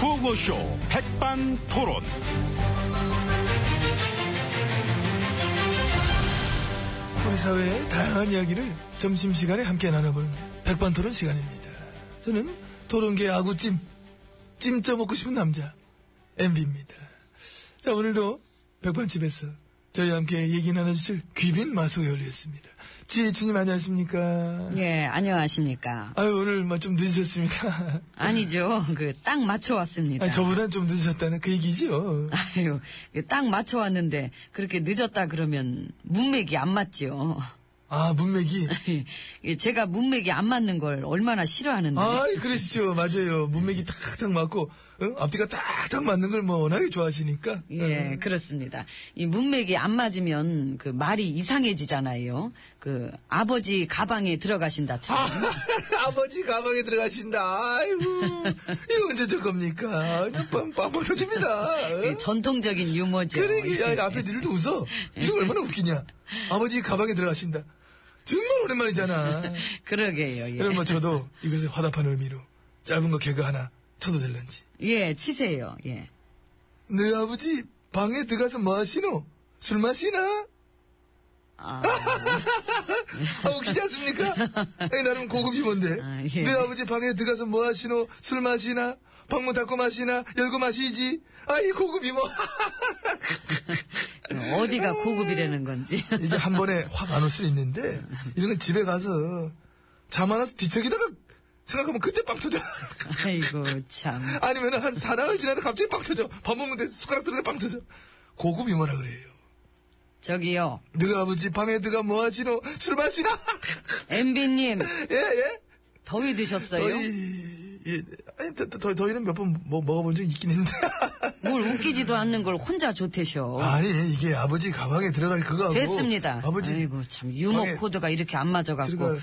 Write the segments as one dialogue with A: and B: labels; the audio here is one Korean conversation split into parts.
A: 구호쇼 백반토론.
B: 우리 사회의 다양한 이야기를 점심시간에 함께 나눠보는 백반토론 시간입니다. 저는 토론계 아구찜, 찜 쪄먹고 싶은 남자, MB입니다. 자, 오늘도 백반집에서 저희와 함께 얘기 나눠주실 귀빈 마소에 올렸습니다. 지혜진님 안녕하십니까?
C: 예, 안녕하십니까.
B: 아유, 오늘 뭐 좀 늦으셨습니다.
C: 아니죠. 그, 딱 맞춰왔습니다.
B: 아니, 저보단 좀 늦으셨다는 그 얘기죠.
C: 아유, 그딱 맞춰왔는데, 그렇게 늦었다 그러면, 문맥이 안 맞지요.
B: 아, 문맥이.
C: 예, 제가 문맥이 안 맞는 걸 얼마나 싫어하는데.
B: 아이, 그러시죠. 맞아요. 문맥이 탁탁 맞고, 응? 앞뒤가 탁탁 맞는 걸 뭐 워낙에 좋아하시니까.
C: 예, 그렇습니다. 이 문맥이 안 맞으면, 그, 말이 이상해지잖아요. 그, 아버지 가방에 들어가신다처럼.
B: 아, 버지 가방에 들어가신다. 아이고. 이거 언제 저 겁니까? 그냥 빵, 빵 벌어집니다.
C: 예, 전통적인 유머죠. 예,
B: 그러게, 야, 앞에 니들도 웃어. 이거 얼마나 웃기냐. 아버지 가방에 들어가신다. 정말 오랜만이잖아.
C: 그러게요. 예.
B: 그럼 뭐 저도 이것에 화답한 의미로 짧은 거 개그 하나 쳐도 될런지.
C: 예, 치세요. 예.
B: 네 아버지 방에 들어가서 뭐 하시노? 술 마시나?
C: 아.
B: 아, 웃기지 않습니까? 에이, 나름 고급 유머인데.
C: 아, 예.
B: 내 아버지 방에 들어가서 뭐 하시노? 술 마시나? 방문 닫고 마시나? 열고 마시지? 아, 이 고급 유머.
C: 어디가 고급이라는 건지.
B: 이게 한 번에 확 안 올 수 있는데, 이런 건 집에 가서, 잠 안 와서 뒤척이다가 생각하면 그때 빵 터져.
C: 아이고, 참.
B: 아니면 한 사나흘 지나다 갑자기 빵 터져. 밥 먹는데 숟가락 들어서 빵 터져. 고급 유머라 그래요.
C: 저기요,
B: 네 아버지 방에 들어가 뭐 하시노? 술 마시나?
C: MB님,
B: 예, 예.
C: 더위 드셨어요?
B: 더위, 예, 아니, 더, 더, 더위는 몇 번 뭐, 먹어본 적이 있긴 있는데.
C: 뭘 웃기지도 않는 걸 혼자 좋대셔.
B: 아니, 이게 아버지 가방에 들어갈 그거하고.
C: 됐습니다.
B: 아버지.
C: 아이고, 참, 유머
B: 방에
C: 코드가 이렇게 안 맞아갖고.
B: 들어갔어요.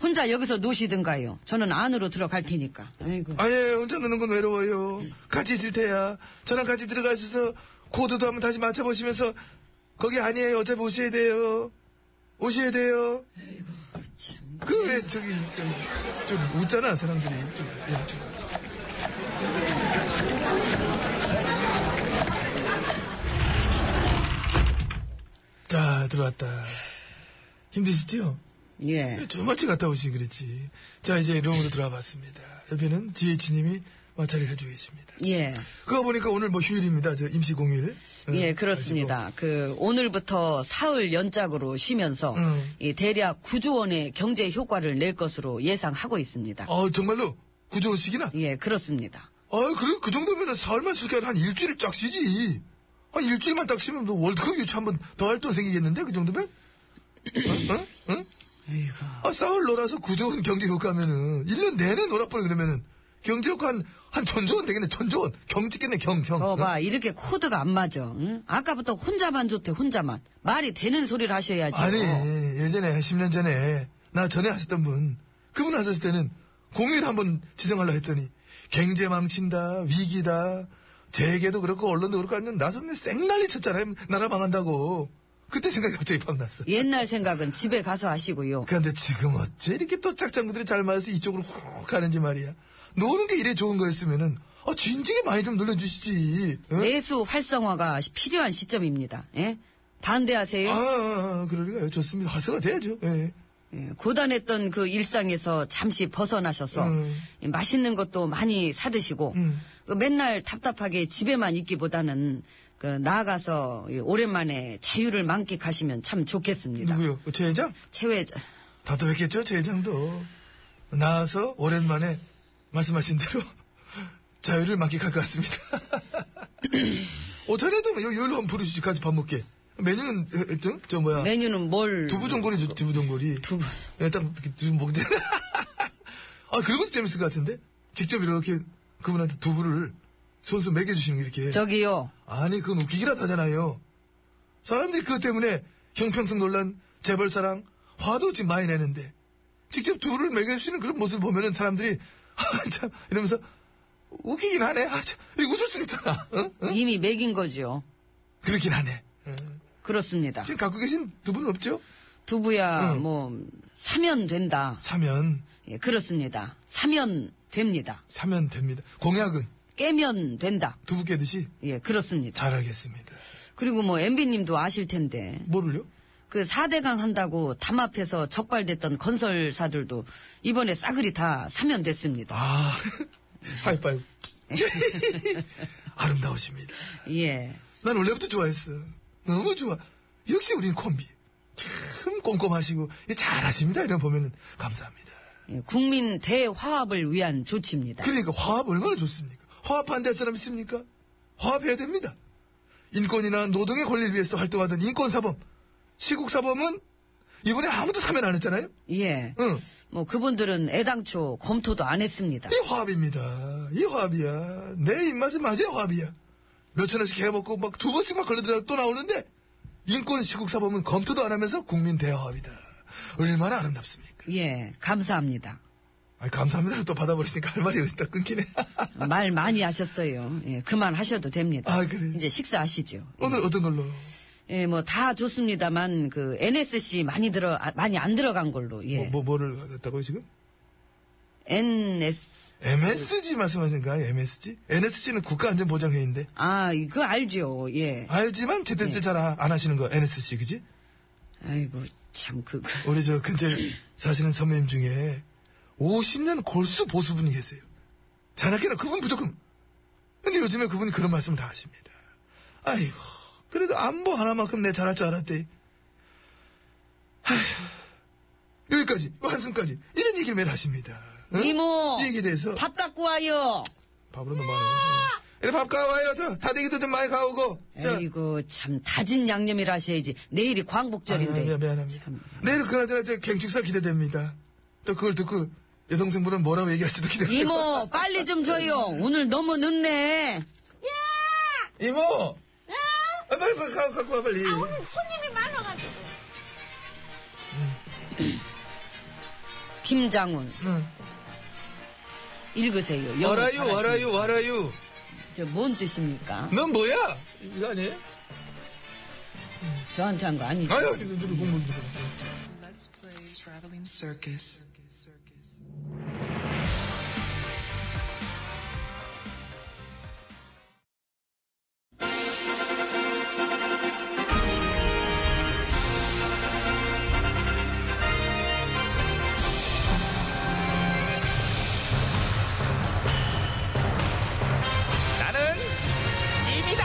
C: 혼자 여기서 노시든가요. 저는 안으로 들어갈 테니까. 아이고.
B: 아니, 혼자 노는 건 외로워요. 같이 있을 테야. 저랑 같이 들어가셔서 코드도 한번 다시 맞춰보시면서 거기 아니에요. 어차피 오셔야 돼요. 오셔야 돼요.
C: 참.
B: 그 왜 저기 그, 좀 웃잖아 사람들이 좀, 예, 좀. 자 들어왔다 힘드시죠?
C: 예.
B: 저마치 갔다 오시 그랬지 자 이제 룸으로 들어와 봤습니다 옆에는 GH님이 마찰을 해주고 계십니다
C: 예.
B: 그거 보니까 오늘 뭐 휴일입니다 저 임시공휴일 어,
C: 예, 그렇습니다. 그, 오늘부터 사흘 연작으로 쉬면서,
B: 음.
C: 이 대략 9조 원의 경제 효과를 낼 것으로 예상하고 있습니다.
B: 가지고. 아 정말로 구조식이나
C: 예, 그렇습니다.
B: 아, 그래? 그 정도면은 사흘만 쓸게 아니라 한 일주일을 쫙 쉬지. 한 일주일만 딱 쉬면 너 월드컵 유치 한번 더 할 돈 생기겠는데? 그 정도면? 응? 응? 응? 아, 사흘 놀아서 구조원 경제 효과면은, 1년 내내 놀아버려 그러면은, 경제 효과 한, 한 천조원 되겠네, 천조원. 경 찍겠네, 경, 경.
C: 어, 봐, 이렇게 코드가 안 맞아. 응? 아까부터 혼자만 좋대, 혼자만. 말이 되는 소리를 하셔야지.
B: 아니, 예전에, 10년 전에, 나 전에 하셨던 분, 그분 하셨을 때는, 공휴일 한번 지정하려 했더니, 경제 망친다, 위기다, 재계도 그렇고, 언론도 그렇고, 아니면 나서는 쌩난리 쳤잖아요. 나라 망한다고. 그때 생각이 갑자기 팍 났어.
C: 옛날 생각은 집에 가서 하시고요.
B: 그런데 지금 어째 이렇게 또 짝짱구들이 잘 맞아서 이쪽으로 훅 가는지 말이야. 노는 게 이래 좋은 거였으면은, 아, 진지하게 많이 좀 놀려주시지. 응?
C: 내수 활성화가 시- 필요한 시점입니다. 예? 반대하세요?
B: 아, 아, 아, 그러니까요. 좋습니다. 화수가 돼야죠. 예.
C: 예, 고단했던 그 일상에서 잠시 벗어나셔서
B: 음.
C: 예, 맛있는 것도 많이 사드시고
B: 음.
C: 그 맨날 답답하게 집에만 있기보다는 그 나아가서 이 오랜만에 자유를 만끽하시면 참 좋겠습니다.
B: 누구요? 최 회장?
C: 최회자.
B: 답답했겠죠, 제 회장도. 나와서 오랜만에 말씀하신 대로 자유를 만끽할 것 같습니다. 오전에도 뭐 요- 요일로 한번 부르시지, 같이 밥 먹게. 메뉴는, 어, 어, 저, 저 뭐야.
C: 메뉴는 뭘
B: 두부전골이 죠 두부전골이.
C: 두부.
B: 예, 딱, 이렇게 두부 먹자. 아, 그런 것도 재밌을 것 같은데? 직접 이렇게 그분한테 두부를 손수 먹여주시는 게 이렇게.
C: 저기요.
B: 아니, 그건 웃기기라도 하잖아요. 사람들이 그것 때문에 형평성 논란, 재벌사랑, 화도 지금 많이 내는데, 직접 둘을 매겨주시는 그런 모습을 보면은 사람들이, 아, 참, 이러면서, 웃기긴 하네. 아, 참, 이거 웃을 수 있잖아. 어? 어?
C: 이미 맥인 거지요.
B: 그렇긴 하네. 예.
C: 그렇습니다.
B: 지금 갖고 계신 두 분은 없죠?
C: 두부야
B: 응.
C: 뭐 사면 된다.
B: 사면,
C: 예, 그렇습니다. 사면 됩니다.
B: 사면 됩니다. 공약은,
C: 깨면 된다.
B: 두부 깨듯이
C: 예, 그렇습니다.
B: 잘 알겠습니다.
C: 그리고 뭐 MB님도 아실 텐데
B: 뭐를요?
C: 그 4대강 한다고 담 앞에서 적발됐던 건설사들도 이번에 싸그리 다 사면됐습니다.
B: 아, 하이파이브. 아름다우십니다.
C: 예.
B: 난 원래부터 좋아했어. 너무 좋아. 역시 우린 콤비. 참 꼼꼼하시고 예, 잘하십니다. 이런 보면은 감사합니다.
C: 예, 국민 대화합을 위한 조치입니다.
B: 그러니까 화합 얼마나 좋습니까? 화합 반대할 사람 있습니까? 화합해야 됩니다. 인권이나 노동의 권리를 위해서 활동하던 인권사범, 시국사범은 이번에 아무도 사면 안 했잖아요?
C: 예.
B: 응.
C: 뭐 그분들은 애당초 검토도 안 했습니다.
B: 이 화합입니다. 이 화합이야. 내 입맛에 맞아 화합이야. 몇천 원씩 해먹고 막 두 번씩 막 걸리더라도 또 나오는데 인권 시국사범은 검토도 안 하면서 국민 대화합이다. 얼마나 아름답습니까?
C: 예. 감사합니다.
B: 아이, 감사합니다. 또 받아버리시니까 할 말이 어디다 끊기네.
C: 말 많이 하셨어요. 예, 그만 하셔도 됩니다.
B: 아, 그래요?
C: 이제 식사하시죠.
B: 오늘 어떤 걸로?
C: 예, 뭐 다 좋습니다만 그 NSC 많이 들어 아, 많이 안 들어간 걸로. 예.
B: 뭐, 뭐, 뭐를 했다고요 지금?
C: NS
B: MSG 말씀하신가요? MSG? NSC는 국가안전보장회의인데
C: 아, 그 알죠. 예.
B: 알지만 제때제 잘안 하시는 거 NSC 그지?
C: 아이고 참 그거.
B: 우리 저 근처에 사시는 선배님 중에 50년 골수 보수분이 계세요. 자나깨나 그분 무조건. 근데 요즘에 그분이 그런 말씀을 다 하십니다. 아이고, 그래도 안보 하나만큼 내 잘할 줄 알았대. 아휴, 여기까지, 한숨까지, 이런 얘기를 매일 하십니다. 응?
C: 이모
B: 이 얘기에 대해서
C: 밥 갖고 와요.
B: 밥으로 넘어가네. 이래 밥 가와요. 저 다대기도 좀 많이 가오고. 저,
C: 아이고 참 다진 양념이라 하셔야지. 내일이
B: 아,
C: 광복절인데.
B: 미안, 미안합니다.
C: 참.
B: 내일 그나저나 저 갱축사 기대됩니다. 또 그걸 듣고 여동생분은 뭐라고 얘기할지도 기대돼요.
C: 이모 빨리 좀 줘요. 오늘 너무 늦네.
B: 이모! 아, 빨리, 빨리, 가, 갖고 와, 빨리.
D: 손님이 많아가지고.
C: 김장훈
B: 응.
C: 읽으세요. 영어
B: 와라유,
C: 잘하시네.
B: 와라유, 와라유.
C: 저 뭔 뜻입니까?
B: 넌 뭐야? 이거 아니에요?
C: 저한테 한 거 아니죠?
B: 아유, 이거 누구 공부 누구.
E: Let's play Traveling Circus.
A: 나는 짐이다.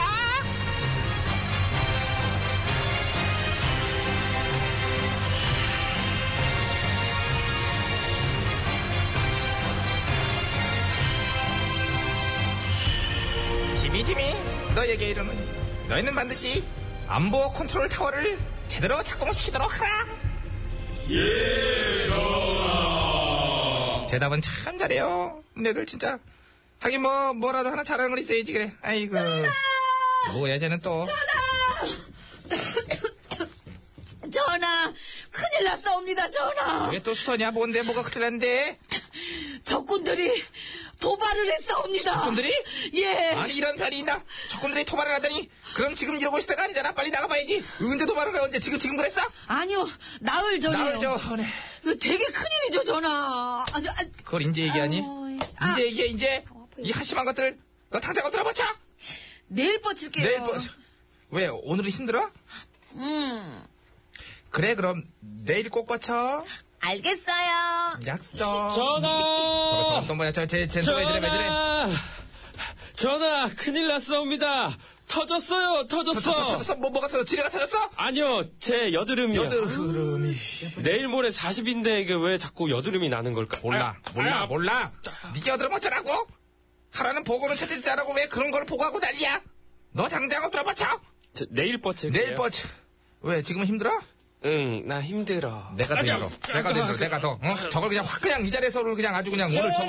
A: 짐이 짐이 너에게 이름은 너희는 반드시 안보 컨트롤 타워를 제대로 작동시키도록 하라. 대답은 참 잘해요. 내들 진짜. 하긴 뭐, 뭐라도 하나 잘하는 건 있어야지, 그래. 아이고. 뭐야, 쟤는 또.
C: 전화 큰일 났사옵니다 전화
B: 예?
A: 왜 또 수선이야? 뭔데? 뭐가 큰일 났는데?
C: 적군들이 도발을 했사옵니다
A: 적군들이?
C: 예
A: 아니, 이런 편이 있나? 적군들이 도발을 하다니? 그럼 지금 이러고 있을 때가 아니잖아. 빨리 나가봐야지. 언제 도발을 해? 언제? 지금, 지금 그랬어?
C: 아니, 요 나흘 전이요
A: 나을 저, 헌해.
C: 이거 되게 큰일이죠 전화 아니, 아,
A: 그걸 이제 얘기하니?
C: 아이, 아.
A: 이제 얘기해, 이제. 이 한심한 것들, 너 당장 엎드려 버쳐!
C: 내일 뻗칠게요
A: 내일 뻗쳐. 왜, 오늘은 힘들어?
C: 음
A: 그래, 그럼, 내일 꼭 버쳐.
C: 알겠어요
A: 약속. 어, 저거,
F: 전화!
A: 저거 또 뭐야? 저, 쟤, 쟤, 왜 이래, 왜 이래?
F: 전화! 큰일 났사옵니다. 터졌어요,
A: 터-
F: 터졌어.
A: 터- 터졌어? 뭐, 뭐가 터졌어? 지뢰가 터졌어?
F: 아니요, 제 여드름이요.
A: 여드 흐름이.
F: 내일 모레 40인데 이게 왜 자꾸 여드름이 나는 걸까? 아,
A: 몰라, 몰라, 몰라. 니가 여드름 어쩌라고? 하라는 보고는 찾을 줄 알고 왜 그런 걸 보고하고 난리야? 너 장장 엎드려 뻗쳐!
F: 저, 내일 뻗칠
A: 내일 뻗쳐. 왜, 지금은 힘들어?
F: 응, 나 힘들어.
A: 내가 더 힘들어. 내가 더 힘들어, 내가 더. 어? 저걸 그냥 확 그냥 이 자리에서 오늘 그냥 아주 그냥 오늘 저걸.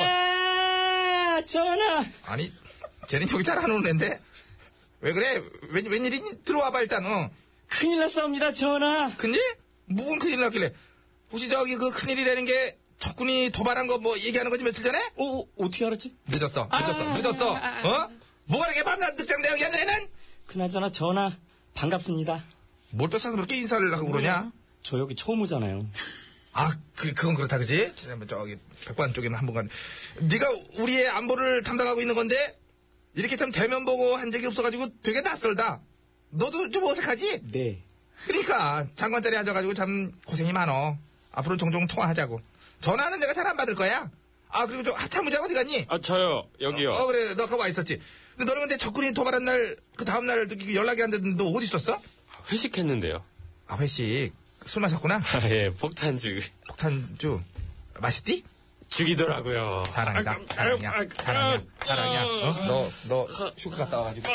F: 전화! 전화!
A: 아니, 쟤는 저기 잘 안 오는 앤데? 왜 그래? 웬, 웬일이니? 들어와봐, 일단, 어.
F: 큰일 났사옵니다, 전화! 어,
A: 큰일? 무슨 큰일 났길래? 혹시 저기 그 큰일이라는 게 적군이 도발한 거 뭐 얘기하는 거지 며칠 전에?
F: 어, 어, 어떻게 알았지?
A: 늦었어, 늦었어, 늦었어. 어? 뭐가 이렇게 밤낮 늦장 내요, 얘들에는?
F: 그나저나 전화, 반갑습니다.
A: 뭘 또 상스럽게 인사를 하고 그러냐?
F: 저 여기 처음 오잖아요.
A: 아, 그, 그건 그렇다, 그지? 저기, 백반 쪽에는 한 번간. 네가 우리의 안보를 담당하고 있는 건데,
B: 이렇게 참 대면 보고 한 적이 없어가지고 되게 낯설다. 너도 좀 어색하지?
D: 네.
B: 그러니까 장관 자리에 앉아가지고 참 고생이 많어. 앞으로 종종 통화하자고. 전화는 내가 잘 안 받을 거야. 아 그리고 저 합참의장 어디 갔니?
F: 아, 저요. 여기요.
B: 어 그래 너 아까 와 있었지. 근데 너는 근데 적군이 도발한 날 그 다음 날 연락이 안 됐는데 너 어디 있었어?
F: 회식했는데요.
B: 아 회식 술 마셨구나.
F: 아, 예, 폭탄주.
B: 폭탄주 맛있디?
F: 죽이더라고요.
B: 자랑이다.
F: 아,
B: 자랑이야.
F: 아, 아,
B: 자랑이야.
F: 아, 아,
B: 자랑이야. 어? 너, 너, 휴가 갔다 와가지고.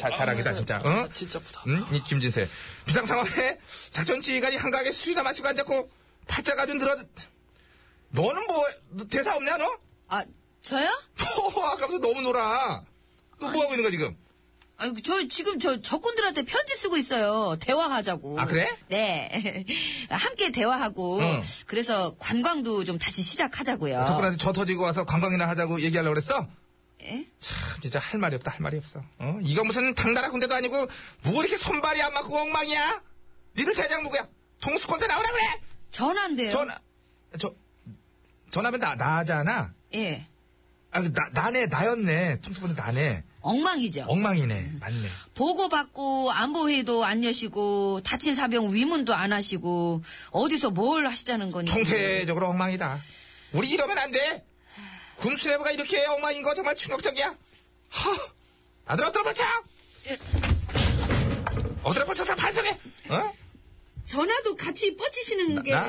B: 자, 자랑이다, 진짜. 어?
F: 진짜 부담.
B: 응? 이 김진세. 비상 상황에 작전 지휘관이 한가하게 술이나 마시고 앉았고, 팔자가 좀 늘어. 너는 뭐, 너 대사 없냐, 너?
C: 아, 저요?
B: 토, 아까부터 너무 놀아. 너 뭐하고 있는 거야, 지금?
C: 아, 저 지금 저 적군들한테 편지 쓰고 있어요. 대화하자고.
B: 아, 그래?
C: 네. 함께 대화하고
B: 응.
C: 그래서 관광도 좀 다시 시작하자고요.
B: 적군한테 저 터지고 와서 관광이나 하자고 얘기하려고 그랬어?
C: 예?
B: 참, 진짜 할 말이 없다, 할 말이 없어. 어? 이거 무슨 당나라 군대도 아니고, 뭐 이렇게 손발이 안 맞고 엉망이야? 니들 대장 누구야? 통수권대 나오라 그래!
C: 전화인데요.
B: 전화, 저, 전화면 나, 나잖아?
C: 예.
B: 아, 그 나, 나네, 나였네. 통수권대 나네.
C: 엉망이죠.
B: 엉망이네. 맞네.
C: 보고받고 안보회의도 안 여시고 다친 사병 위문도 안 하시고 어디서 뭘 하시자는 건지.
B: 총체적으로 엉망이다. 우리 이러면 안 돼! 군수레버가 이렇게 엉망인 거 정말 충격적이야. 허! 아들 엎드려 뻗쳐! 엎드려 뻗쳐서 반성해! 어?
C: 전화도 같이 뻗치시는 게.
B: 나,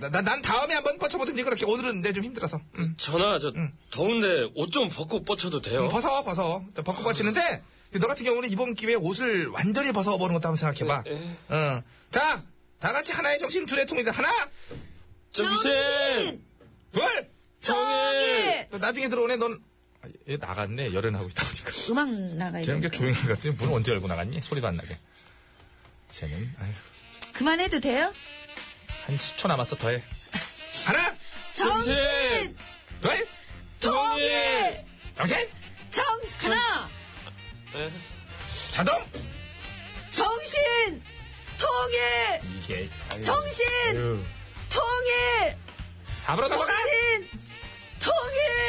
B: 나, 나- 난 다음에 한번 뻗쳐보든지 그렇게 오늘은 내 좀 힘들어서 음, 응.
F: 전화, 저, 더운데 옷 좀 벗고 뻗쳐도 돼요?
B: 벗어 벗어 저 벗고 뻗치는데 그 너 같은 경우는 이번 기회에 옷을 완전히 벗어보는 것도 한번 생각해봐
F: 네.
B: 어. 자 다같이 하나의 정신 둘의 통일이다 하나
F: 정신!
B: 둘또
C: 예.
F: 정일!
B: 나중에 들어오네 넌 아, 얘 나갔네 열연하고 있다 보니까
C: 음악 나가야
B: 쟤는 게
C: 돼.
B: 조용히 같더니 문 언제 열고 나갔니 소리도 안 나게 쟤는 아휴,
C: 그만해도 돼요?
B: 한 10초 남았어 더해 하나
C: 정신!
B: 둘
F: 정일!
B: 정신
C: 정 하나
B: 자동
C: 정신 통일
B: 이게 아유,
C: 정신
B: 예. 아유.
C: 통일
B: 사으로 넘어가
C: 정신 통일